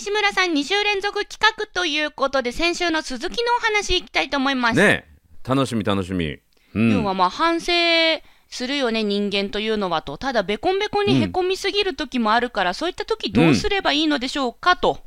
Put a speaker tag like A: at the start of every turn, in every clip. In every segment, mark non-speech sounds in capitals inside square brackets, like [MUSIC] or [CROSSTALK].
A: 西村さん2週連続企画ということで、先週の鈴木のお話いきたいと思います。
B: ねえ楽しみ楽しみ。うん
A: 要はまあ反省するよね、人間というのはと。ただ、ベコンベコンにへこみすぎる時もあるから、そういった時どうすればいいのでしょうかと。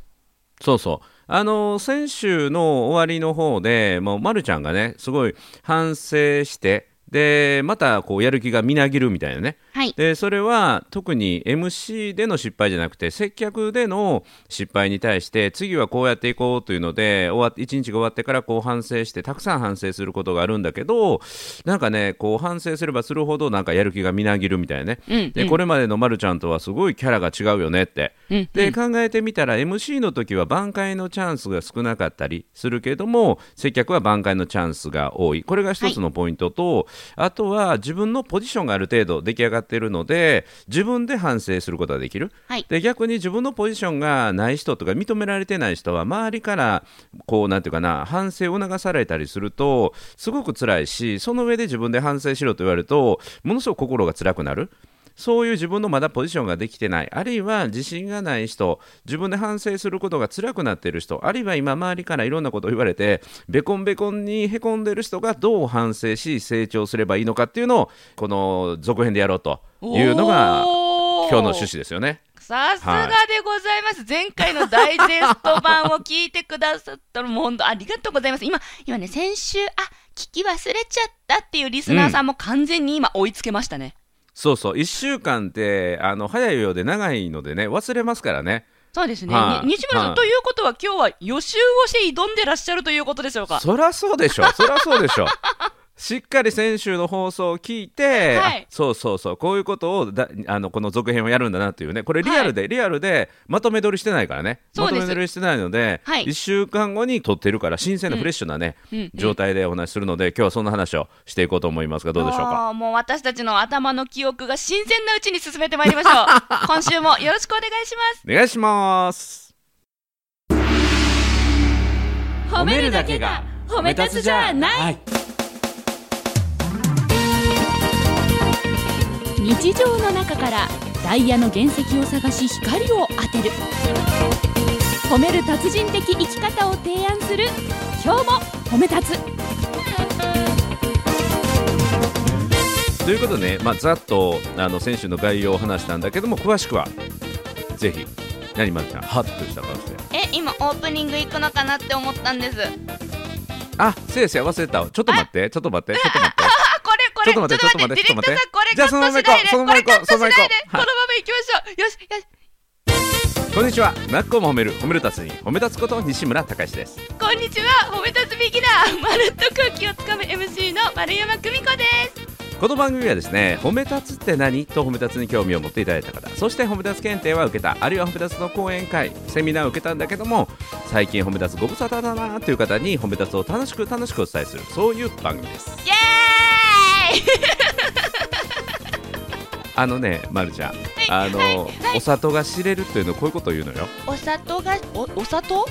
B: そうそう。あの先週の終わりの方で、もうまるちゃんがね、すごい反省して、で、またこうやる気がみなぎるみたいなね。
A: はい。
B: で、それは特に MC での失敗じゃなくて、接客での失敗に対して、次はこうやっていこうというので、終わっ一日が終わってからこう反省して、たくさん反省することがあるんだけど、なんかね、こう反省すればするほど、なんかやる気がみなぎるみたいなね。
A: うん、
B: でこれまでのまるちゃんとはすごいキャラが違うよねって、
A: うん
B: で考えてみたら MC の時は挽回のチャンスが少なかったりするけども接客は挽回のチャンスが多いこれが一つのポイントと、あとは自分のポジションがある程度出来上がっているので自分で反省することができる、
A: はい
B: で逆に自分のポジションがない人とか認められてない人は周りからこうなんていうかな反省を促されたりするとすごく辛いしその上で自分で反省しろと言われるとものすごく心が辛くなる。そういう自分のまだポジションができてない、あるいは自信がない人、自分で反省することが辛くなっている人、あるいは今、周りからいろんなことを言われて、ベコンベコンにへこんでいる人がどう反省し、成長すればいいのかっていうのを、この続編でやろうというのが、
A: おー
B: 今日の趣旨ですよね。
A: さすがでございます、前回のダイジェスト版を聞いてくださったのも本当ありがとうございます今今ね先週あ聞き忘れちゃったっていうリスナーさんも完全に今追いつけましたね、
B: そうそう、1週間って、あの早いようで長いのでね、忘れますからね。
A: そうですね、
B: はい
A: に西村さん、
B: はい
A: ということは今日は予習をして挑んでらっしゃるということでしょうか
B: そりゃそうでし
A: [LAUGHS]
B: ょそりゃそうでしょしっかり先週の放送を聞いて、
A: はい
B: あそうそうそうこういうことをだあのこの続編をやるんだなっていうねこれリアルで、リアルでまとめ撮りしてないからね
A: そうです
B: まとめ撮りしてないので、
A: はい
B: 1週間後に撮ってるから新鮮なフレッシュなね、
A: うんうん
B: 状態でお話しするので今日はそんな話をしていこうと思いますがどうでしょうか
A: あーもう私たちの頭の記憶が新鮮なうちに進めてまいりましょう
B: [LAUGHS]
A: 今週もよろしくお願いします
B: お願いします
A: 褒
B: はい、
C: 日常の中からダイヤの原石を探し光を当てる褒める達人的生き方を提案する今日も褒め立つ
B: ということでね、まあ、ざっとあの先週の概要を話したんだけども詳しくはぜひ何まるちゃんハッとした顔して
A: え今オープニング行くのかなって思ったんです
B: あ、せいせい忘れたわ。ちょっと待って、ちょっと待って、ちょっと待って。
A: あ [LAUGHS] これこれ
B: ちょっと待って
A: ちょっと待って
B: ちょっと待っ
A: ディレクター
B: て
A: さんこれ
B: じ
A: カ
B: ゃあ
A: ットしないで
B: そ
A: こ
B: のまま
A: れ
B: 行
A: カ
B: こ
A: ッ
B: う
A: トし
B: そのま
A: な
B: ま
A: い
B: 行こ
A: で
B: う
A: このまま行きましょうよしよし
B: こんにちは。なっこも褒める、褒めるたつに、褒め立つこと西村隆史です。
A: こんにちは褒め立つビギナーまるっと空気をつかむ MC の丸山久美子です
B: この番組はですね、褒め立つって何と褒め立つに興味を持っていただいた方、そして褒め立つ検定は受けた、あるいは褒め立つの講演会、セミナーを受けたんだけども、最近褒め立つご無沙汰だなという方に褒め立つを楽しく楽しくお伝えする、そういう番組です。
A: イエーイ
B: あのね、まるちゃん、あの、お砂糖が知れるというの、こういうことを言うのよ。
A: お砂糖がおお砂糖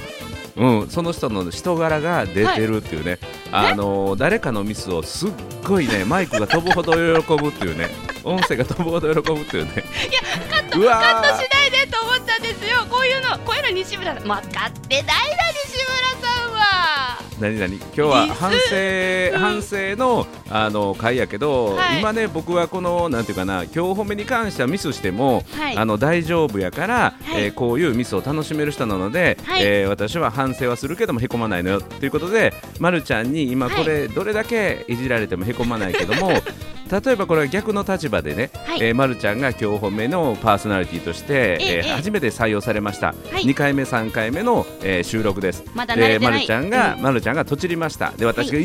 B: うん、その人の人柄が出てるっていうね、あのー誰かのミスをすっごいねマイクが飛ぶほど喜ぶってい
A: [LAUGHS]
B: うね音声が飛ぶほど喜ぶっていうねいやカットう
A: カッ
B: わ
A: ト
B: ー
A: しないでと思ったんですよこういうのこういうの西村さん分かってないな西村さんは
B: 何何今日は
A: ミス
B: 反省、反省のあの回やけど、
A: はい
B: 今ね僕はこのなんていうかな今日褒めに関してはミスしても、
A: はい
B: あの大丈夫やから、
A: はい
B: えーこういうミスを楽しめる人なので、
A: はい
B: えー私は反省はするけどもへこまないのよということで、ま、るちゃんに今これどれだけいじられてもへこまないけども、
A: [LAUGHS]
B: 例えばこれは逆の立場でね、
A: はい
B: えーま、るちゃんが今日褒めのパーソナリティとし
A: え
B: て、え
A: え
B: ー
A: ええ
B: 初めて採用されました、
A: はい
B: 2回目3回目の、えー収録です。
A: まだ慣れてない
B: まるちゃんが、
A: う
B: まるちゃんがとちりましたで私が「イエ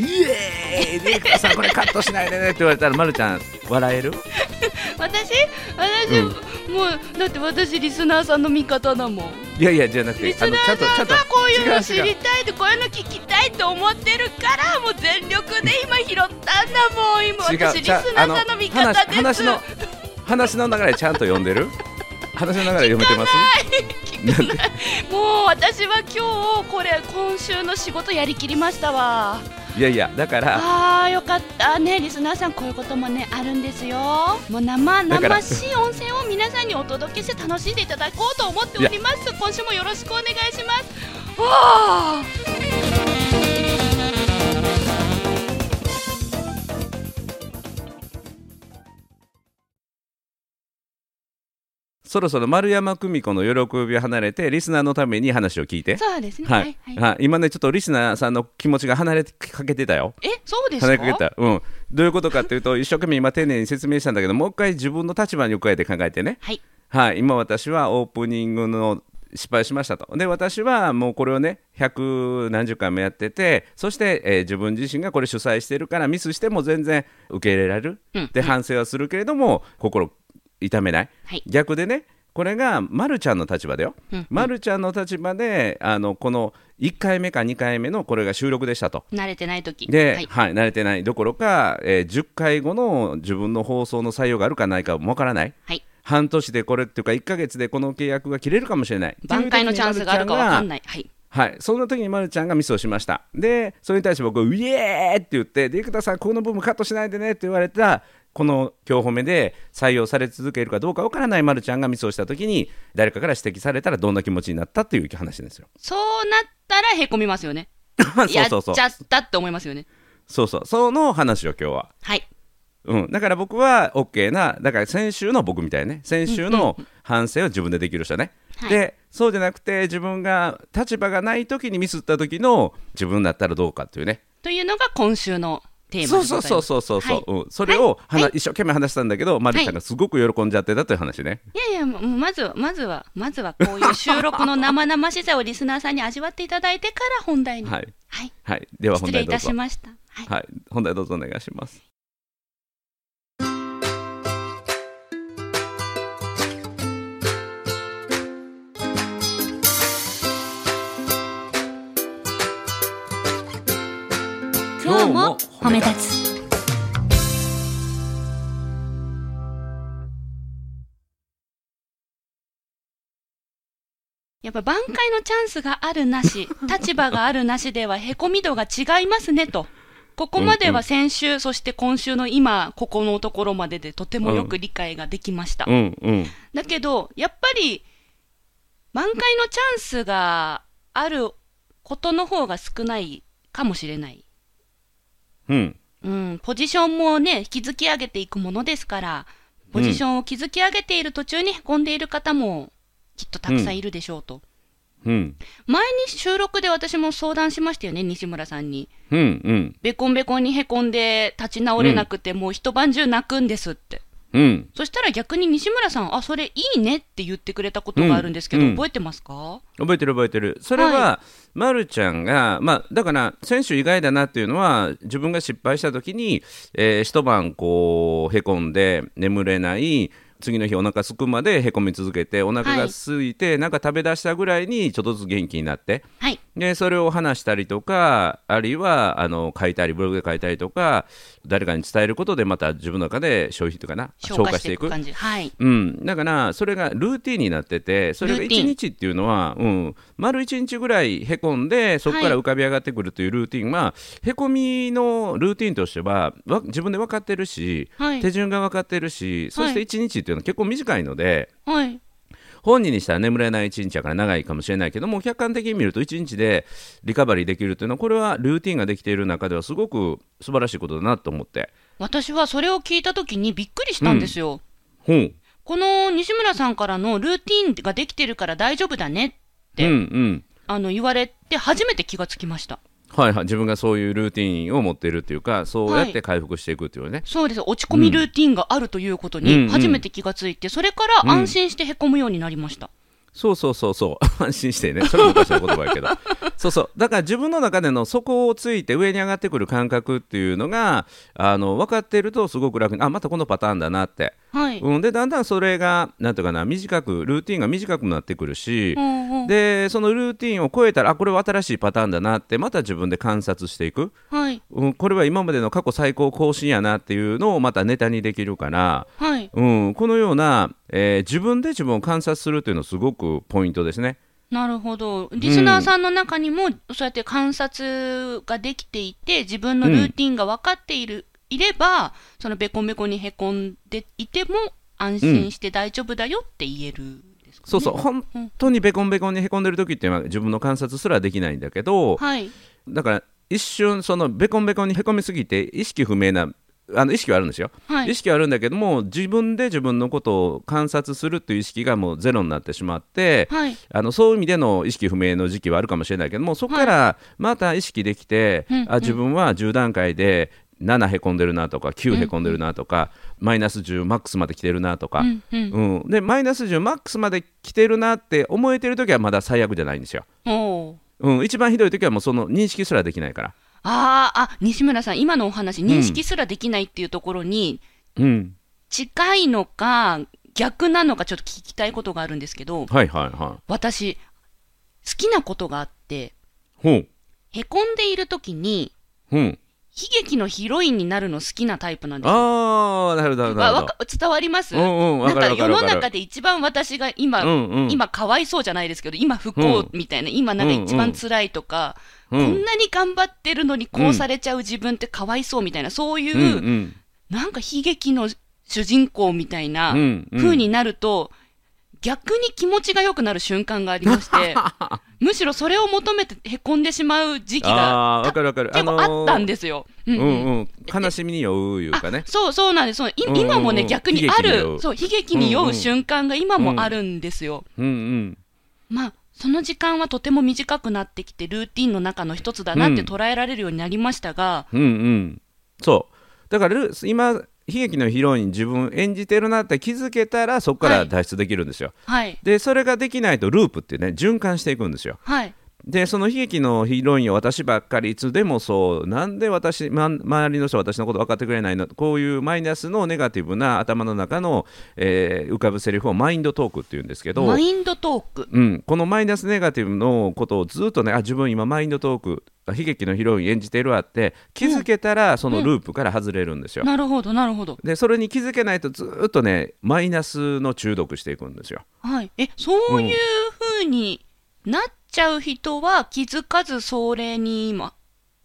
B: ーイディレクターさんこれカットしないでね」って言われたらまるちゃん笑える
A: 私私、
B: うん
A: もうだって私リスナーさんの味方だもん
B: いやいやじゃなくて
A: リスナーさんがこういうの知
B: 違
A: りたいとこういうの聞きたいと思ってるからもう全力で今拾ったんだもん今
B: 違う
A: 私リス
B: ちゃ
A: ナーさんの味方です
B: あの話話
A: [LAUGHS]
B: の話の流れちゃんと読んでる話の流れ読めてますなんで
A: もう私は今日これ今週の仕事やりきりましたわ
B: いやいやだから
A: ああよかったねリスナーさんこういうこともねあるんですよもう生
B: だから
A: 生しい温泉を皆さんにお届けして楽しんでいただこうと思っており
B: [LAUGHS]
A: ます今週もよろしくお願いしますあー
B: そろそろ丸山久美子の喜びを離れてリスナーのために話を聞いて。
A: そうですねは
B: はいい、
A: はい、
B: はい、今ねちょっとリスナーさんの気持ちが離れかけてたよ。
A: えそうです
B: 離れかけ
A: か
B: た、うん、どういうことかっていうと一生懸命今丁寧に説明したんだけどもう一回自分の立場に加えて考えてね、
A: はい
B: はい、今私はオープニングの失敗しましたとで私はもうこれをね百何十回もやっててそして、えー自分自身がこれ主催してるからミスしても全然受け入れられる、
A: うん
B: で反省はするけれども心痛めない、
A: はい
B: 逆でねこれがまるちゃんの立場だよ、
A: うん
B: まるちゃんの立場であのこの1回目か2回目のこれが収録でしたと
A: 慣れてない時
B: で、
A: は
B: はいい、慣れてないどころか、えー10回後の自分の放送の採用があるかないかもわからない
A: はい
B: 半年でこれっていうか1か月でこの契約が切れるかもしれない
A: 挽回のチャンスがあるかわかん
B: い
A: ないはい
B: はいそんな時にまるちゃんがミスをしましたでそれに対して僕「イエーイ!」って言って「で生田さんここの部分カットしないでね」って言われたこの今日褒めで採用され続けるかどうかわからないまるちゃんがミスをした時に誰かから指摘されたらどんな気持ちになったっていう話ですよ。 [LAUGHS]
A: そうなったらへこみますよね
B: そうそうそ
A: や
B: う
A: っちゃったって思いますよね
B: そうそうその話を今日は
A: はい
B: うん、だから僕は OK なだから先週の僕みたいね先週の反省を自分でできる人ね、
A: はい
B: でそうじゃなくて自分が立場がない時にミスった時の自分だったらどうかっていうね
A: というのが今週のテーマでご
B: そう
A: ざい
B: そ
A: ま
B: う
A: す
B: そうそうそうそう、
A: はい
B: うん、それを、
A: はい
B: 話
A: はい
B: 一生懸命話したんだけど、マリさんがすごく喜んじゃってたという話ね、
A: いやいや、もうまずは、まずは、まずはこういう収録の生々しさをリスナーさんに味わっていただいてから本題に。は。
B: はいいはい、では
A: 失礼
B: 本題
A: い
B: どう
A: た
B: ぞ
A: しました。はい。
B: はい、本題どうぞお願いします
C: 今日も褒め立つ
A: やっぱ挽回のチャンスがあるな
B: [LAUGHS]
A: し、立場があるなしでは、へこみ度が違いますねと。ここまでは先週、そして今週の今、ここのところまででとてもよく理解ができました。
B: うんうん
A: だけど、やっぱり、満開のチャンスがあることの方が少ないかもしれない。
B: うん
A: うん、ポジションもね、築き上げていくものですから、ポジションを築き上げている途中にへこんでいる方も、きっとたくさんいるでしょうと。
B: うん
A: 前に収録で私も相談しましたよね、西村さんに。
B: うんうん
A: ベコンベコンにへこんで立ち直れなくて、もう一晩中泣くんですって。
B: うん
A: そしたら逆に西村さん、あ、それいいねって言ってくれたことがあるんですけど、
B: うんうん
A: 覚えてますか
B: 覚えてる覚えてるそれは、
A: は
B: まるちゃんが、まあ、だから選手以外だなっていうのは自分が失敗した時に、えー一晩こうへこんで眠れない次の日お腹すくまでへこみ続けてお腹が空いて、なんか食べ出したぐらいにちょっとずつ元気になって
A: はい。
B: でそれを話したりとかあるいはあの書いたりブログで書いたりとか誰かに伝えることでまた自分の中で消費というかな
A: 消化していく感じ。はい。
B: うん、だからそれがルーティンになっててそれが
A: ルーティ
B: 1
A: ン
B: 日っていうのは、うん、丸1日ぐらいへこんでそこから浮かび上がってくるというルーティンは、へこみのルーティンとしてはわ自分で分かってるし、
A: はい
B: 手順が分かってるしそし
A: は
B: て
A: い
B: 1日っていうのは結構短いので。
A: はい。
B: 本人にしたら眠れない1日やから長いかもしれないけども客観的に見ると1日でリカバリーできるっていうのはこれはルーティンができている中ではすごく素晴らしいことだなと思って。
A: 私はそれを聞いたときにびっくりしたんですよ。
B: ほう
A: この西村さんからのルーティンができてるから大丈夫だね、
B: う
A: で
B: んうん
A: あの言われて初めて気がつきました。
B: はいはい、自分がそういうルーティンを持っているっていうかそうやって回復していくっていうね、
A: そうです。落ち込みルーティンがあるということ
B: うんうん
A: に
B: うん
A: 初めて気がついて、それから安心してへこむようになりました。
B: そうそうそうそう [LAUGHS] 安心してねそれも昔の言葉やけど [LAUGHS] そうそうだから自分の中での底をついて上に上がってくる感覚っていうのがあの分かっているとすごく楽にあまたこのパターンだなって、
A: はい。
B: うん、でだんだんそれがなんていうかな短くルーティンが短くなってくるし
A: う、んうん
B: でそのルーティンを超えたらあこれは新しいパターンだなってまた自分で観察していく、
A: はい。
B: うん、これは今までの過去最高更新やなっていうのをまたネタにできるから。
A: はい。
B: うん、このような、えー自分で自分を観察するというのはすごくポイントですね。
A: なるほど。リスナーさんの中にも、そうやって観察ができていて、自分のルーティンが分かっている、いれば、そのべこべこにへこんでいても、安心して大丈夫だよって言えるんですかね。
B: そうそう本当にベコンベコンにへこんでる時っていうのは自分の観察すらできないんだけど
A: はい。
B: だから一瞬そのベコンベコンにへこみすぎて意識不明なあの意識はあるんですよ、
A: はい
B: 意。識はあるんだけども自分で自分のことを観察するという意識がもうゼロになってしまって、
A: はい。
B: あのそういう意味での意識不明の時期はあるかもしれないけどもそこからまた意識できて、
A: うんうん
B: あ自分は10段階で7へこんでるなとか9へこんでるなとか、マイナス10マックスまで来てるなとか、
A: うんうん。
B: うん、でマイナス10マックスまで来てるなって思えてる時はまだ最悪じゃないんですよ、
A: おー
B: うん、一番ひどい時はもうその認識すらできないから、
A: あーあ、西村さん、今のお話、認識すらできないっていうところに、
B: うん、
A: 近いのか、逆なのか、ちょっと聞きたいことがあるんですけど、
B: はいはいは
A: 私、好きなことがあって、
B: いほう
A: へこんでいるときに、
B: うん、
A: 悲劇のヒロインになるの好きなタイプなんですよ。
B: ああなるほどなるほど
A: わわか伝わります、
B: うんうんわ
A: なん
B: かる
A: か世
B: わかるわ
A: の
B: かる
A: 中で一番私が今、
B: うんうん
A: 今かわいそうじゃないですけど、今不幸みたいな、今なんか一番辛いとか、
B: うんうん
A: こんなに頑張ってるのにこうされちゃう自分ってかわいそうみたいな、そういう、
B: うんうん
A: なんか悲劇の主人公みたいな
B: うんうん
A: 風になると、逆に気持ちが良くなる瞬間がありま
B: [LAUGHS]
A: して、むしろそれを求めてへこんでしまう時期
B: あ
A: が
B: あわかるわかる
A: 結構あったん
B: で
A: ですよ。うん
B: う
A: うん
B: んうん悲しみに酔ういうかね
A: あそうそうなんですそうい
B: うんうんうん
A: 今もね、逆にあ
B: 悲劇に酔
A: る
B: う
A: そう悲劇に酔
B: ん
A: うう
B: う
A: ん瞬間が今もあるんですよ。
B: うんうん
A: まあその時間はとても短くなってきてルーティンの中の一つだなって捉えられるようになりましたが、
B: うんうんそうだからル今悲劇のヒロイン自分演じてるなって気づけたらそこか
A: は
B: ら
A: い
B: 脱出できるんですよ、
A: はい
B: でそれができないとループっていうね循環していくんですよ
A: はい
B: でその悲劇のヒロインを私ばっかりいつでもそうなんで私、ま、周りの人は私のこと分かってくれないのこういうマイナスのネガティブな頭の中の、えー浮かぶセリフをマインドトークっていうんですけど
A: マインドトーク
B: うん、このマイナスネガティブのことをずっとねあ自分今マインドトークあ悲劇のヒロイン演じてるわって気づけたらそのループから外れるんですよ、
A: なるほどなるほど
B: でそれに気づけないとずっとねマイナスの中毒していくんですよ
A: はいえそういう風になっちゃう人は気づかずそれに今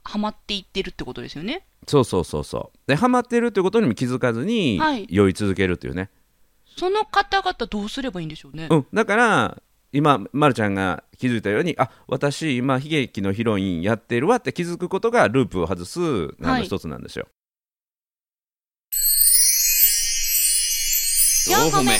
A: ハマっていってるってことですよね。
B: そうそうそうそうでハマってるってことにも気づかずに
A: はい
B: 酔い続けるっていうね、
A: その方々どうすればいいんでしょうね。
B: うん、だから今、ま、るちゃんが気づいたようにあ私今悲劇のヒロインやってるわって気づくことがループを外すあ
A: は
B: の
A: い
B: 一つなんですよ、
A: 四歩目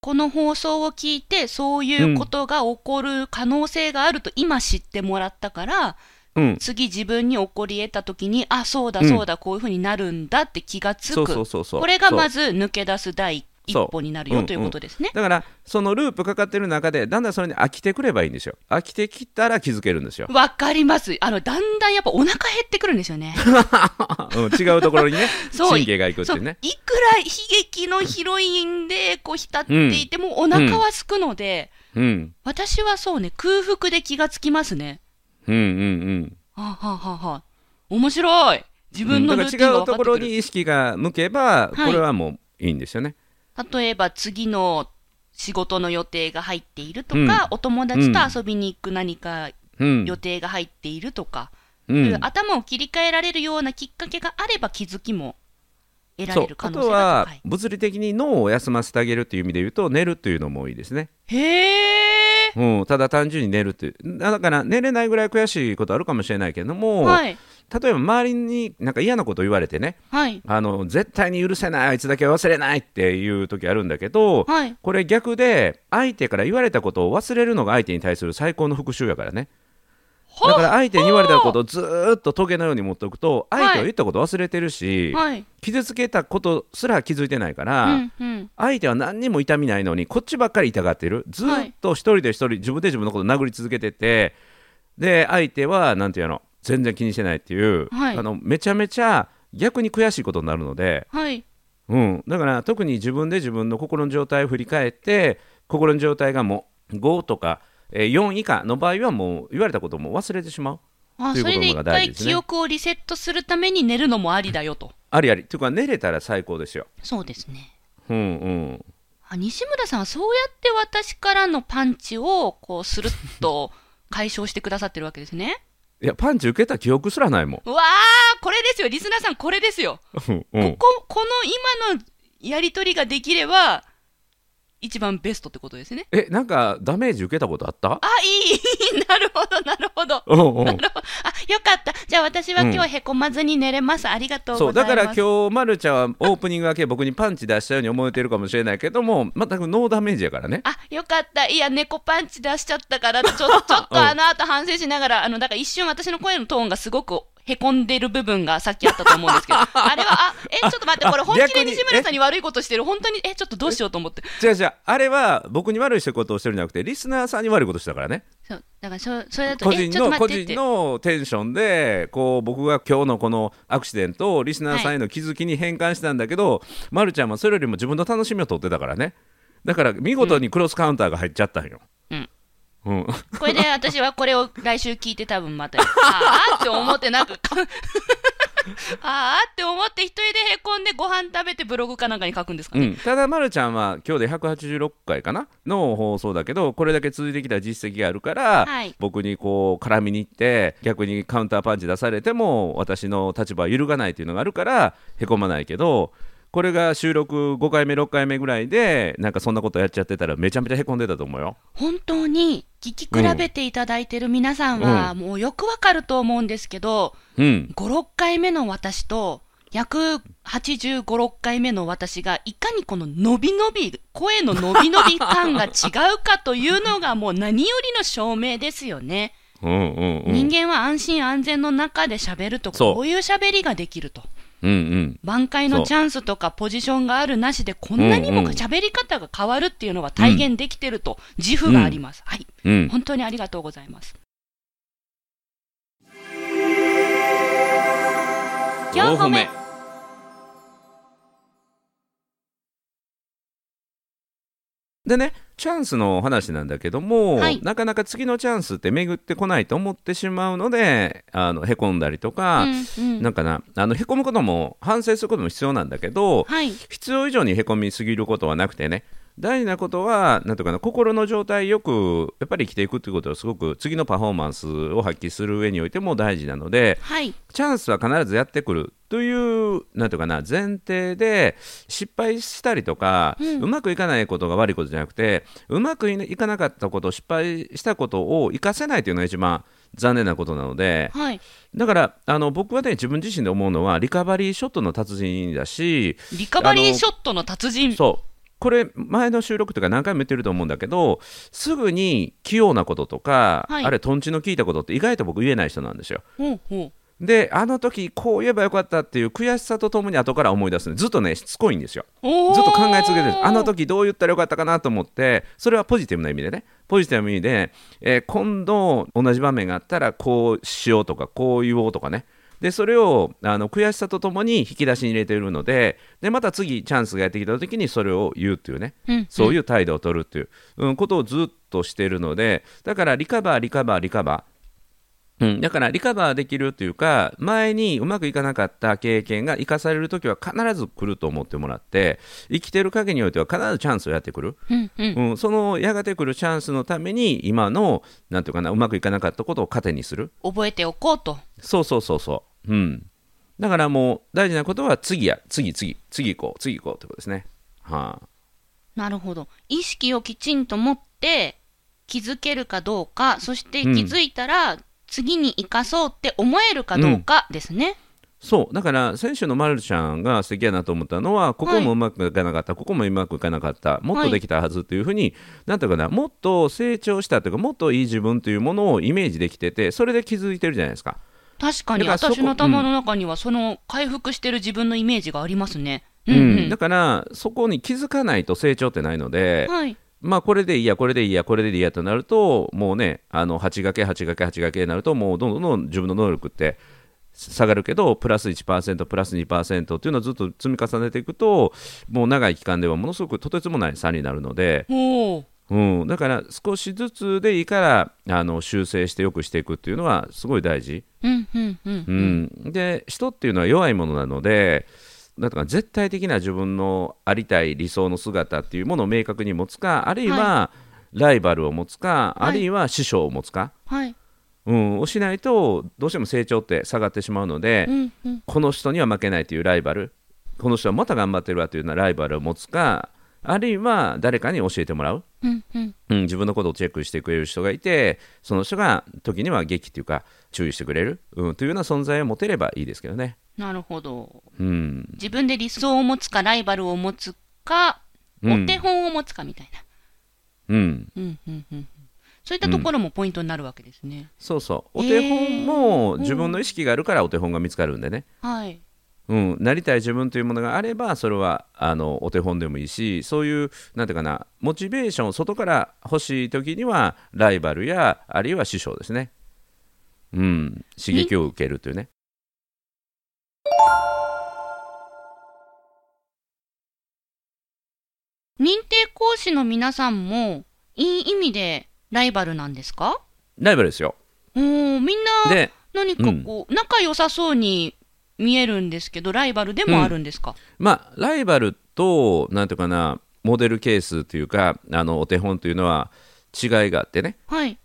A: この放送を聞いてそういうことが起こる可能性があると今知ってもらったから、
B: うん、
A: 次自分に起こり得た時にあそうだ
B: うん
A: そうだこういうふうになるんだって気がつく、
B: そうそうそうそう
A: これが
B: そう
A: まず抜け出す第一歩になる
B: そう
A: よ
B: うん
A: ということですね。
B: だからそのループかかってる中でだんだんそれに飽きてくればいいんですよ飽きてきたら気づけるんですよ、
A: わかります。あの、だんだんやっぱお腹減ってくるんですよね。
B: [LAUGHS] うん、違うところにね
A: [LAUGHS] そう
B: 神経がいくって
A: そ
B: いううね
A: いくら悲劇のヒロインでこう浸っていてもお腹は空くので、
B: うん
A: 私はそうね、空腹で気がつきますね。
B: うんうん
A: はあ、はあはあはあ、面白い自
B: うん
A: 分のル
B: だ
A: ー
B: か
A: ティンが
B: ら違う
A: 分か
B: と
A: っ
B: こ
A: て
B: ろ
A: くる。
B: に意識が向けば
A: い
B: これはもういいんですよね、
A: 例えば次の仕事の予定が入っているとか、
B: うん
A: お友達と遊びに行く何か
B: うん
A: 予定が入っているとか、
B: う
A: そうんいう頭を切り替えられるようなきっかけがあれば気づきも得ら
B: そ
A: れ
B: う
A: る可
B: あ
A: 能
B: と
A: 性が
B: は
A: 高い。
B: 物理的に脳を休ませてあげるという意味で言うと寝るというのもいいですね、
A: へー
B: うん、ただ単純に寝るっていうだから寝れないぐらい悔しいことあるかもしれないけども、
A: はい
B: 例えば周りになんか嫌なこと言われてね
A: はい
B: あの絶対に許せないあいつだけは忘れないっていう時あるんだけど、
A: はい
B: これ逆で相手から言われたことを忘れるのが相手に対する最高の復讐やからね
A: ほ
B: だから相手に言われたことをずーっとトゲのように持っておくと
A: はい
B: 相手は言ったこと忘れてるし、
A: はい
B: 傷つけたことすら気づいてないから、
A: うんうん
B: 相手は何にも痛みないのにこっちばっかり痛がってるずーっと一人で一人自分で自分のこと殴り続けててで相手はなんていうの全然気にしてないっていう、
A: はい
B: あのめちゃめちゃ逆に悔しいことになるので。
A: はい
B: うん、だから特に自分で自分の心の状態を振り返って心の状態がもう5とか、えー4以下の場合はもう言われたことも忘れてしまう
A: あ
B: という
A: そ
B: こと
A: れで
B: の方
A: 一
B: が大事
A: 回
B: ですね
A: 記憶をリ
B: [LAUGHS]
A: セットするために寝るのもありだよと
B: ありありというか寝れたら最高ですよ、
A: そうですね
B: うんうん
A: あ西村さんはそうやって私からのパンチをこうスルッと解消してくださってるわけです
B: [LAUGHS]
A: ね。
B: いやパンチ受けた記憶すらないも
A: う
B: ん
A: わあこれですよリスナーさんこれですよ。
B: うんうん
A: ここの今のやり取りができれば一番ベストってことですね。
B: えなんかダメージ受けたことあった
A: あいいなるほどなるほど。あ
B: うんうん
A: よかったじゃあ私は今日へこまずに寝れます、ありがとう
B: [LAUGHS] そう
A: ござい
B: だ
A: ます。
B: から今日まるちゃんはオープニング明け僕にパンチ出したように思えてるかもしれないけども全くノーダメージやからね
A: あ、よかった。いや、猫パンチ出しちゃったからって、ちょちょっ
B: [LAUGHS]
A: とあの後反省しながら、あの、だから一瞬私の声のトーンがすごく、へこんでる部分がさっきあったと思うんですけ
B: [LAUGHS]
A: ど、あれは、あ、え、ちょっと待って、これ本気
B: 逆
A: で
B: に
A: 西村さんに悪いことしてる。本当に、え、ちょっとどうしようと思って。
B: 違う違うあれは僕に悪いことをしてるんじゃなくてリスナーさんに悪いことしたからね
A: そう、だから、そそれだと、
B: 個
A: え、
B: 人
A: ちょっと
B: の
A: 待
B: 個
A: ってって。
B: 人
A: は
B: のテンションでこう僕が今日のこのアクシデントをリスナーさんへの気づきに変換したんだけど、まるちゃんはそれよりも自分の楽しみを取ってたからねだから見事にクロスカウンターが入っちゃったんよ
A: うん
B: うん、
A: これで私はこれを来週聞いて多分また、あーって思ってなん
B: [LAUGHS]
A: か、あーって思って一人でへこんでご飯食べてブログかなんかに書くんですか
B: う
A: ね。
B: ん、ただ、ま、るちゃんは今日で186回かなの放送だけどこれだけ続いてきた実績があるから、
A: はい
B: 僕にこう絡みに行って逆にカウンターパンチ出されても私の立場は揺るがないっていうのがあるからへこまないけどこれが収録5回目6回目ぐらいでなんかそんなことやっちゃってたらめちゃめちゃへこんでたと思うよ。
A: 本当に聞き比べていただいてる皆さんは、
B: う
A: もうよくわかると思うんですけど、
B: うん、
A: 5、6回目の私と、約85、6回目の私が、いかにこの伸び伸び、声の伸び伸び感が違うかというのが、もう何よりの証明ですよね。
B: うんうんうん
A: 人間は安心安全の中で喋ると、
B: そう
A: こういう喋りができると。
B: うんうん
A: 挽回のチャンスとかポジションがあるなしで、こんなにも
B: うんうん
A: 喋り方が変わるっていうのは体現できてると、自負があります。はい。
B: うん
A: 本当にありがとうございます。
C: 4歩目
B: でねチャンスの話なんだけども、
A: はい
B: なかなか次のチャンスって巡ってこないと思ってしまうのであのへこんだりとか、
A: うんうん
B: なんかなあのへこむことも反省することも必要なんだけど
A: はい。
B: 必要以上にへこみすぎることはなくてね大事なことはなんとかな心の状態よくやっぱり生きていくっていうことはすごく次のパフォーマンスを発揮する上においても大事なので
A: はい。
B: チャンスは必ずやってくるというなんていうかな前提で失敗したりとか、う
A: うん
B: まくいかないことが悪いことじゃなくてうまくいかなかったこと失敗したことを生かせないというのが一番残念なことなので。
A: はい。
B: だからあの僕はね自分自身で思うのはリカバリーショットの達人だし
A: リカバリーショットの達人。
B: そうこれ前の収録とか何回も言ってると思うんだけどすぐに器用なこととか、
A: はい
B: あるいはとんちの効いたことって意外と僕言えない人なんですよ。
A: ほうほ
B: であの時こう言えばよかったっていう悔しさとともに後から思い出すのずっとねしつこいんですよ。
A: うおー
B: ずっと考え続けてるんですあの。時どう言ったらよかったかなと思ってそれはポジティブな意味でねポジティブな意味で、えー今度同じ場面があったらこうしようとかこう言おうとかねでそれをあの悔しさとともに引き出しに入れているのででまた次チャンスがやってきた時にそれを言うっていうね
A: うん。
B: そう
A: い
B: いう態度を取るっていう、うん、ことをずっとしているのでだからリカバーリカバーリカバーうん、だからリカバーできるというか前にうまくいかなかった経験が生かされるときは必ず来ると思ってもらって生きてる限りにおいては必ずチャンスをやってくる、
A: うん。うんうん。
B: うん、そのやがて来るチャンスのために今のなんていうかなうまくいかなかったことを糧にする
A: 覚えておこうと。
B: そうそうそうそう、うん、だからもう大事なことは次や次次次行こう次行こうということですね、はあ、
A: なるほど。意識をきちんと持って、気づけるかどうか、そして気
B: うん
A: づいたら、次に生かそうって思えるかどうかですね。
B: そうだから選手のマルちゃんが素敵やなと思ったのはここもうまくいかなかった、ここもうまくいかなかったもっとできたはずっていうふうに、なんていうかなもっと成長したというかもっといい自分というものをイメージできててそれで気づいてるじゃないですか
A: 確かに、
B: だからそこ
A: 私の頭の中には、その回復してる自分のイメージがありますね。うんうん
B: だからそこに気づかないと成長ってないので、
A: はい。
B: まあこれでいいやこれでいいやこれでいいやとなるともうねあの8掛け8掛け8掛けになるともうどんどんどんどん自分の能力って下がるけどプラス1%プラス2%っていうのをずっと積み重ねていくともう長い期間ではものすごくとてつもない差になるので、
A: おお。
B: うん、だから少しずつでいいからあの修正して良くしていくっていうのはすごい大事。
A: うんうんうん
B: うん、で人っていうのは弱いものなのでなんとか絶対的な自分のありたい理想の姿っていうものを明確に持つかあるいはライバルを持つか、
A: はい
B: あるいは師匠を持つか、
A: はい。
B: うん、をしないとどうしても成長って下がってしまうので、
A: うんうん。
B: この人には負けないというライバルこの人はまた頑張ってるわというようなライバルを持つかあるいは誰かに教えてもらう、
A: うんうん。
B: うん、自分のことをチェックしてくれる人がいてその人が時には劇というか注意してくれる、うん、というような存在を持てればいいですけどね。
A: なるほど。
B: うん、
A: 自分で理想を持つか、ライバルを持つか、
B: うん
A: お手本を持つかみたいな。
B: うん
A: うんうんうんうん。そういったところもポイントになるわけですね。
B: そうそうお
A: えー
B: 手本も自分の意識があるからお手本が見つかるんでね、
A: はい。
B: うん、なりたい自分というものがあればそれはあのお手本でもいいしそういうなんていうかなモチベーション外から欲しい時にはライバルやあるいは師匠ですね、うん、刺激を受けるというね
A: 認定講師の皆さんも、いい意味でライバルなんですか
B: ライバルですよ
A: おーみんな
B: で
A: 何かこう、仲良さそうに見えるんですけど、ライバルでもあるんですか、
B: まあライバルとなんていうかなモデルケースというかあのお手本というのは違いがあってね
A: はい。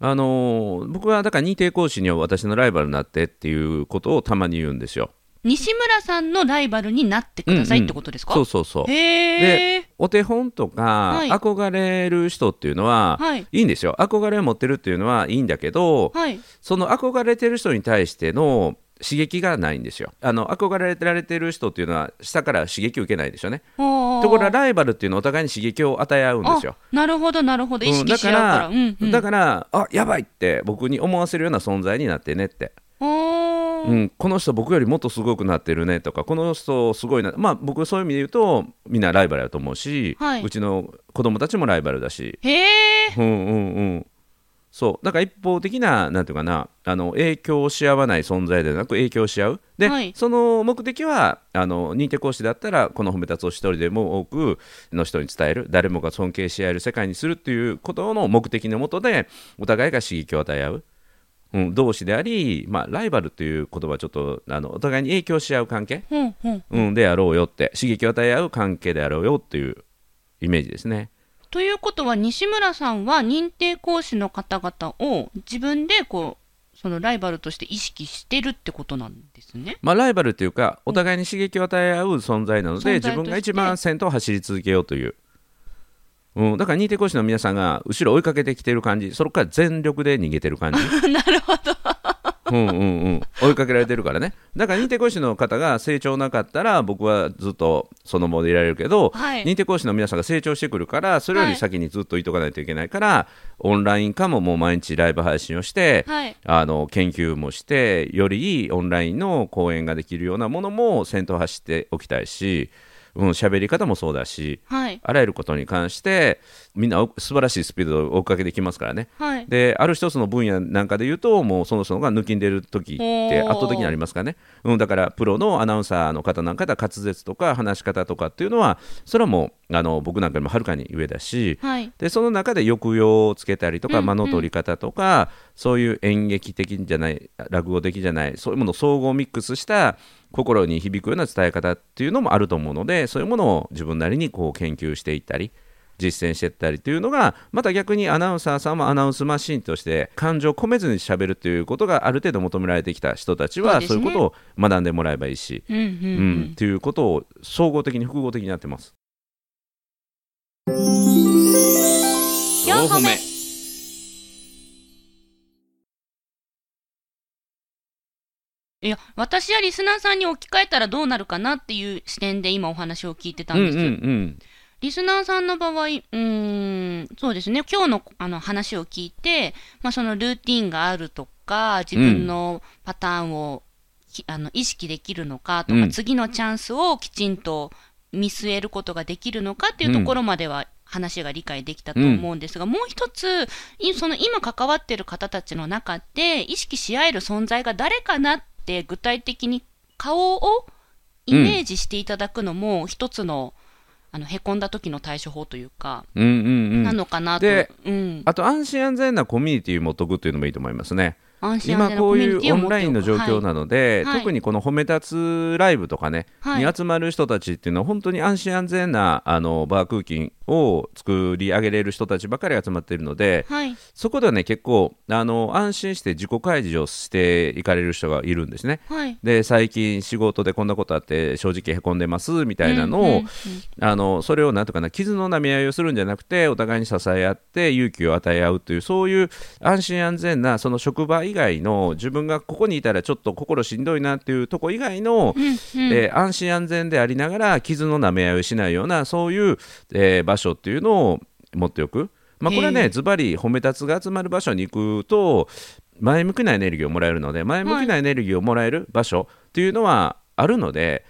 B: あのー僕はだから認定講師には私のライバルになってっていうことをたまに言うんですよ。
A: 西村さんのライバルになってくださいってことですか、
B: そうそうそう。
A: へえ。
B: お手本とか
A: はい
B: 憧れる人っていうのは、
A: はい。
B: い、いんですよ。憧れを持ってるっていうのはいいんだけど、
A: はい。
B: その憧れてる人に対しての刺激がないんですよ。あの憧れられてる人っていうのは下から刺激を受けないですよね。
A: と
B: ところがライバルっていうのはお互いに刺激を与え合うんですよ。
A: なるほど、なるほど。意
B: うん
A: 識
B: だ
A: し合
B: か
A: うから。
B: ら
A: うん、うん。
B: だから、あやばいって僕に思わせるような存在になってねって。
A: おー
B: うん、この人僕よりもっとすごくなってるねとかこの人すごいなまあ僕そういう意味で言うとみんなライバルだと思うし、
A: はいう
B: ちの子供たちもライバルだし
A: へえ。
B: うんうんうんそうだから一方的ななんていうかなあの影響し合わない存在ではなく影響し合うで、
A: はい
B: その目的はあの認定講師だったらこの褒め立つを一人でも多くの人に伝える誰もが尊敬し合える世界にするっていうことの目的のもとでお互いが刺激を与え合う、うん、同士であり、まあ、ライバルという言葉はちょっとあのお互いに影響し合う関係、
A: ほんほん。
B: うん、であろうよって刺激を与え合う関係であろうよっていうイメージですね。
A: ということは、西村さんは認定講師の方々を自分でこう、そのライバルとして意識してるってことなんですね。
B: まあ、ライバルというかお互いに刺激を与え合う存在なので、
A: 存在として
B: 自分が一番先頭を走り続けようという、うん、だから認定講師の皆さんが後ろ追いかけてきてる感じそこから全力で逃げてる感じ
A: [LAUGHS] なるほど。
B: うんうん、うん、追いかけられてるからねだから認定講師の方が成長なかったら僕はずっとそのままでいられるけど、
A: はい
B: 認定講師の皆さんが成長してくるからそれより先にずっといとかないといけないから、オンライン化ももう毎日ライブ配信をして、
A: はい。
B: あの研究もしてよりいいオンラインの講演ができるようなものも先頭走っておきたいしうん、喋り方もそうだし
A: はい。
B: あらゆることに関してみんなお素晴らしいスピードを追っかけてきますからね。
A: はい。
B: である一つの分野なんかで言うともうその人が抜きんでる時って圧倒的にありますからね、うん、だからプロのアナウンサーの方なんかでは滑舌とか話し方とかっていうのはそれはもうあの僕なんかよりもはるかに上だし、
A: はい。
B: でその中で抑揚をつけたりと
A: うん
B: か
A: うん
B: 間の取り方とか、そういう演劇的じゃない落語的じゃないそういうものを総合ミックスした心に響くような伝え方っていうのもあると思うのでそういうものを自分なりにこう研究していったり実践していったりというのがまた逆にアナウンサーさんもアナウンスマシンとして感情を込めずにしゃべるということがある程度求められてきた人たち
A: そう
B: は
A: です
B: そ
A: ね
B: ういうことを学んでもらえばいいし。
A: うんうんう
B: う
A: ん
B: ん、ということを総合的に複合的にやってます。
C: 4歩目
A: いや私やリスナーさんに置き換えたらどうなるかなっていう視点で今お話を聞いてたんです、
B: うんうんうん
A: リスナーさんの場合うーんそうですね今日のあの話を聞いて、まあ、そのルーティンがあるとか自分のパターンをき、あの意識できるのかとか、
B: うん
A: 次のチャンスをきちんと見据えることができるのかっていうところまでは話が理解できたと思うんですが、もう一ついその今関わってる方たちの中で意識し合える存在が誰かなって具体的に顔をイメージしていただくのも一つの,、あのへこんだ時の対処法というか、
B: うんうんうん
A: なのかなと。
B: で
A: うん、
B: あと安心安全なコミュニティを持っとくっていうのもいいと思いますね。
A: 安心安全
B: 今
A: な
B: こ
A: コ
B: う
A: ミュ
B: い
A: ニティ
B: う
A: を
B: オ
A: 持ってお
B: ン
A: く
B: ラインの状況なので、
A: はい
B: 特にこの褒め立つライブとかね、
A: はい
B: に集まる人たちっていうのは本当に安心安全なあのバー空気を作り上げれる人たちばかり集まっているので
A: はい、はい
B: そこではね結構あの安心して自己開示をしていかれる人がいるんですね。
A: はい
B: で最近仕事でこんなことあって正直へこんでますみたいなのを、
A: うんうんうん
B: あのそれをなんとかな傷のなみ合いをするんじゃなくてお互いに支え合って勇気を与え合うというそういう安心安全なその職場以外の自分がここにいたらちょっと心しんどいなっていうとこ以外の、
A: うんうん
B: えー安心安全でありながら傷のなめ合いをしないようなそういう、えー場所っていうのを持っておく、まあ、こ
A: へ
B: れは
A: え
B: ねズバリ褒め立つが集まる場所に行くと前向きなエネルギーをもらえるので前向きなエネルギーをもらえる場所っていうのはあるので,、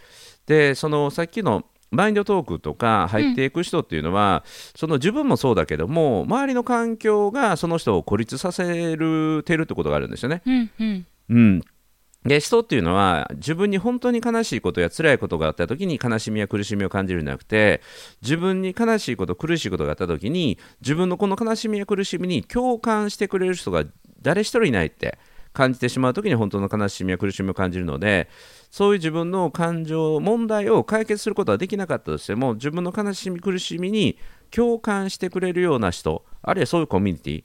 B: でそのさっきのマインドトークとか入っていく人っていうのは、その自分もそうだけども周りの環境がその人を孤立させるてるってことがあるんですよね。
A: うんうん
B: うん、で人っていうのは自分に本当に悲しいことや辛いことがあった時に悲しみや苦しみを感じるんじゃなくて自分に悲しいこと苦しいことがあった時に自分のこの悲しみや苦しみに共感してくれる人が誰一人いないって感じてしまう時に本当の悲しみや苦しみを感じるのでそういう自分の感情問題を解決することはできなかったとしても自分の悲しみ苦しみに共感してくれるような人あるいはそういうコミュニティっ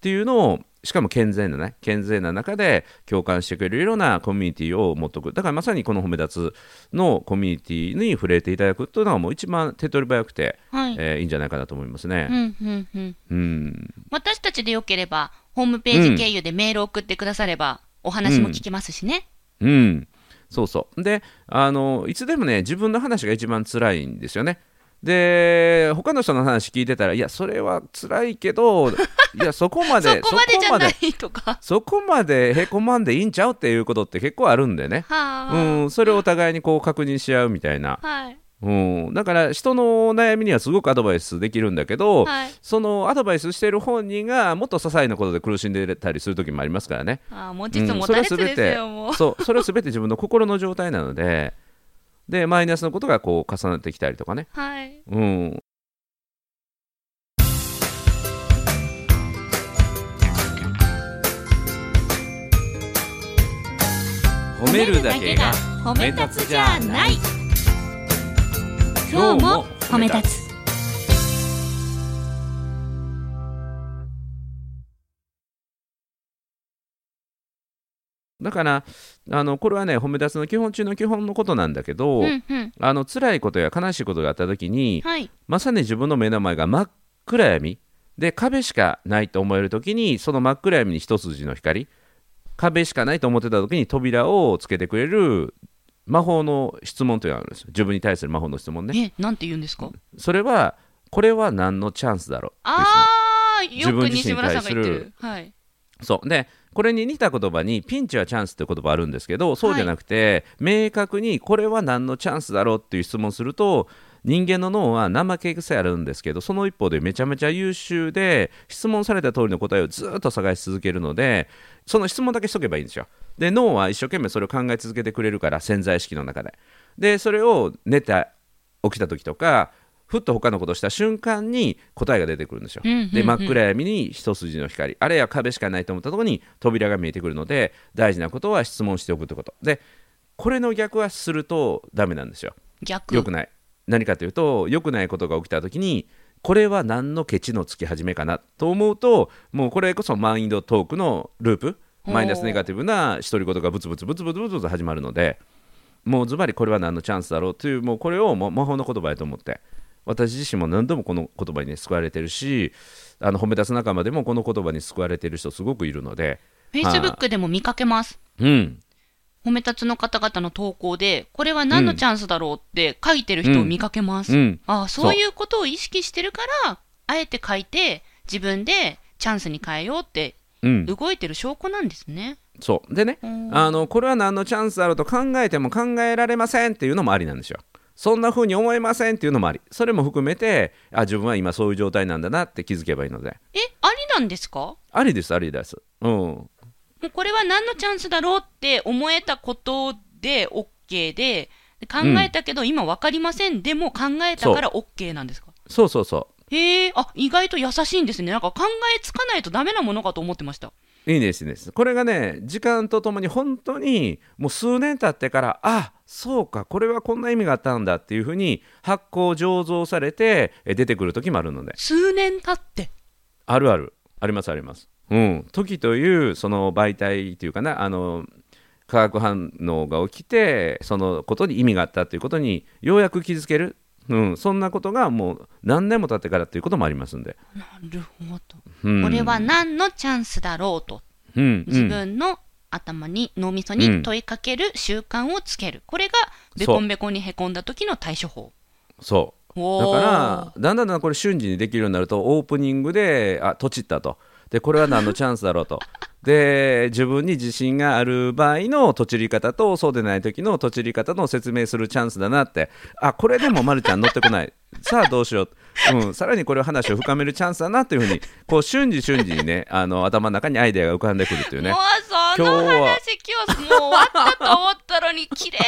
B: ていうのをしかも健全なね健全な中で共感してくれるようなコミュニティを持っておくだからまさにこの褒め立つのコミュニティに触れていただくというのはもう一番手っ取り早くて、
A: はい、
B: えーいいんじゃないかなと思います
A: う
B: ね。
A: んうんうん
B: うん、
A: 私たちでよければホームページ経由でメールを送ってくだされば、お話も聞けますしね、
B: うん、そうそう。で、あのいつでもね、自分の話が一番辛いんですよね。で、他の人の話聞いてたら、いや、それは辛いけど、いや、そこま
A: [LAUGHS]
B: で、
A: そこまでじゃな
B: そこまで
A: いとか
B: そこまでへこまんでいいんちゃうっていうことって結構あるんでね。
A: はあ、
B: うん、それをお互いにこう確認し合うみたいな、
A: はい
B: うん、だから人の悩みにはすごくアドバイスできるんだけど、
A: はい
B: そのアドバイスしてる本人がもっと些細なことで苦しんでたりする時もありますからね。
A: ああ持
B: う
A: ちつ
B: ん
A: 持
B: そ
A: た
B: れは
A: れつ
B: 全
A: です
B: て
A: よ、もう
B: そうそれは全て自分の心の状態なのででマイナスのことがこう重なってきたりとかね、
A: はい
B: うん、褒めるだけが
C: 褒
B: め立つじゃない
C: 今日も褒め立つ
B: だからあのこれはね褒め立つの基本中の基本のことなんだけど、
A: うんうん
B: あの辛いことや悲しいことがあった時に
A: はい
B: まさに自分の目の前が真っ暗闇で壁しかないと思える時にその真っ暗闇に一筋の光壁しかないと思ってた時に扉をつけてくれる魔法の質問というのがあるんですよ自分に対する魔法の質問ね
A: えなんて言うんですか
B: それはこれは何のチャンスだろうっていう質問
A: ああよ
B: 自分
A: く
B: 自身
A: 西
B: に
A: 村さん
B: 対
A: が
B: する
A: 言ってるはい
B: そうでこれに似た言葉にピンチはチャンスって言葉あるんですけどそうじゃなくて、明確にこれは何のチャンスだろうっていう質問すると人間の脳は怠け癖あるんですけどその一方でめちゃめちゃ優秀で質問された通りの答えをずっと探し続けるのでその質問だけしとけばいいんですよで脳は一生懸命それを考え続けてくれるから潜在意識の中ででそれを寝て起きた時とかふっと他のことをした瞬間に答えが出てくるんですよ、
A: うんうんうん
B: で真っ暗闇に一筋の光あるいは壁しかないと思ったところに扉が見えてくるので大事なことは質問しておくってことでこれの逆はするとダメなんですよ
A: 逆
B: 良くない何かというと良くないことが起きた時にこれは何のケチのつき始めかなと思うともうこれこそマインドトークのループ
A: おー
B: マイナスネガティブな独り言がブツブツブツブツブツブツ始まるのでもうズバリこれは何のチャンスだろうというもうこれをもう魔法の言葉やと思って私自身も何度もこの言葉に、ね、救われてるしあの褒め出す仲間でもこの言葉に救われてる人すごくいるので、
A: フェイスブックでも見かけます
B: うん、
A: 褒め立つの方々の投稿でこれは何のチャンスだろうって書いてる人を見かけます、
B: うん
A: ああそういうことを意識してるからあえて書いて自分でチャンスに変えようって
B: うん、
A: 動いてる証拠なんですね、
B: そうでね
A: うん
B: あのこれは何のチャンスだろうと考えても考えられませんっていうのもありなんですよそんな風に思えませんっていうのもありそれも含めてあ自分は今そういう状態なんだなって気づけばいいので
A: えありなんですかも
B: ありですありですうん
A: うこれは何のチャンスだろうって思えたことで OK でで考えたけど今分かりませんでも考えたから OK なんですか
B: そうそうそう
A: へえあ意外と優しいんですねなんか考えつかないとダメなものかと思ってました
B: いいですいいですこれがね時間とともに本当にもう数年経ってからあそうかこれはこんな意味があったんだっていうふうに発行醸造されてえ出てくる時もあるので
A: 数年経って
B: あるあるありますありますうん時というその媒体というかなあの化学反応が起きてそのことに意味があったということにようやく気づける、うん、そんなことがもう何年も経ってからということもありますんで、
A: なるほど、
B: うん、
A: これは何のチャンスだろうと
B: うんうん
A: 自分の頭に脳みそに問いかける習慣をつける、これがベコンベコンにへこんだ時の対処法
B: そう
A: お
B: だ
A: ー
B: からだんだんだんだんこれ瞬時にできるようになるとオープニングであとちったとでこれは何のチャンスだろうと [LAUGHS] で自分に自信がある場合のとちり方とそうでない時のとちり方の説明するチャンスだなってあこれでもまるちゃん乗ってこない [LAUGHS] さあどうしよう、うん、さらにこれを話を深めるチャンスだなというふうにこう瞬時瞬時にねあの頭の中にアイデアが浮かんでくるっていうね
A: もうその
B: 今日は
A: 話今日もう終わったと思ったのに綺麗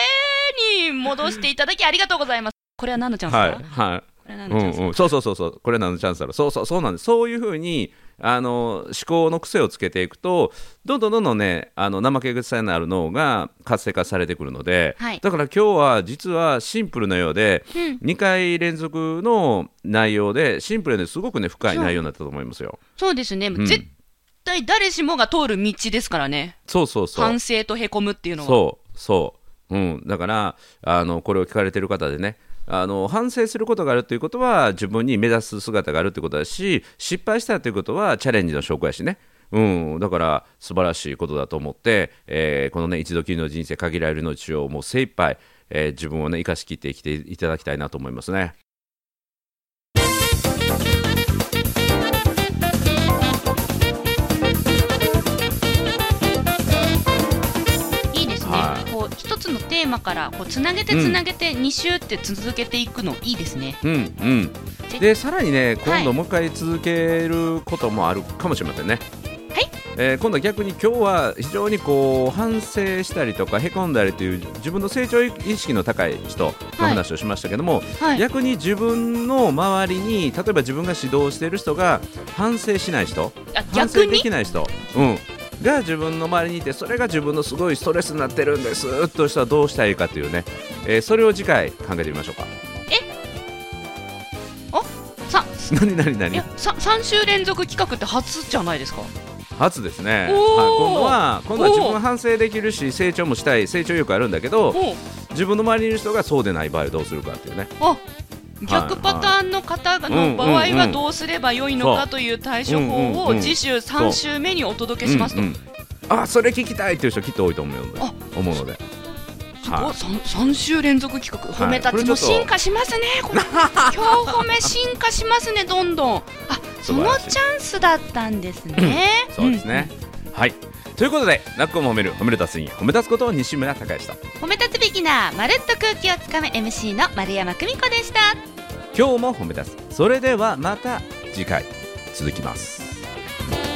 A: に戻していただきありがとうございますこれは何のチャンスだ、
B: はいはい
A: これは何
B: う
A: のチャンスだ、
B: んうん、そうそうそうそうこれ何のチャンスだろうそうそうそうなんですそういうふうにあの思考の癖をつけていくとどんどんどんどんねあの怠け癖のある脳が活性化されてくるので、
A: はい
B: だから今日は実はシンプルなようで、
A: うん
B: 2回連続の内容でシンプルですごくね深い内容になったと思いますよ。
A: そうですね、
B: ん
A: 絶対誰しもが通る道ですからね
B: そうそうそう
A: 反省とへこむっていうのは
B: そうそう、うん、だからあのこれを聞かれてる方でねあの反省することがあるということは自分に目指す姿があるということだし失敗したということはチャレンジの証拠やしね、うん、だから素晴らしいことだと思って、えーこのね一度きりの人生限られる命をもう精一杯、えー自分をね生かしきって生きていただきたいなと思いますね。
A: いいですね、
B: はい
A: こう一つのテーマからこうつなげて
B: うん
A: つなげて2週って続けていくのいいですね、
B: うんうん、でさらにね今度もう一回続けることもあるかもしれませんね。
A: はい
B: えー今度は逆に今日は非常にこう反省したりとかへこんだりという自分の成長意識の高い人の話をしましたけども、
A: はい、
B: 逆に自分の周りに例えば自分が指導している人が反省しない人
A: あ
B: 反省
A: 逆
B: で
A: に
B: きない人、うん、が自分の周りにいてそれが自分のすごいストレスになってるんですとしたらどうしたらいいかというね、えーそれを次回考えてみましょうか。
A: さ
B: 何何
A: [LAUGHS]
B: 何
A: いやさ3週連続企画って初じゃないですか
B: 初ですね、はい、
A: おー
B: 今度は今度は自分
A: おー
B: が反省できるし成長もしたい成長欲あるんだけど
A: おう
B: 自分の周りにいる人がそうでない場合はどうするかっていうね
A: あ逆パターンの方の場合
B: うんうんう
A: は
B: ん
A: どうすればよいのかという対処法
B: うんうんう
A: を
B: ん
A: 次週3週目にお届けしますと、
B: うんうんあそれ聞きたいっていう人きっと多いと思うので
A: あ
B: 思うのです
A: ご
B: はい
A: い三三週連続企画
B: はい
A: 褒めた
B: こ
A: ち
B: れちょ
A: も
B: っと
A: 進化しますねこれ今日褒め進化しますねどんどんあそ
B: 素晴
A: の
B: らしい
A: チャンスだったんですね
B: そうですね、はいということで「なっこも褒める褒める達人褒め立つことを西村孝之と
A: うん褒め立つべきなまるっと空気をつかめ MC の丸山久美子でした
B: 今日も褒め立つそれではまた次回続きます
A: 「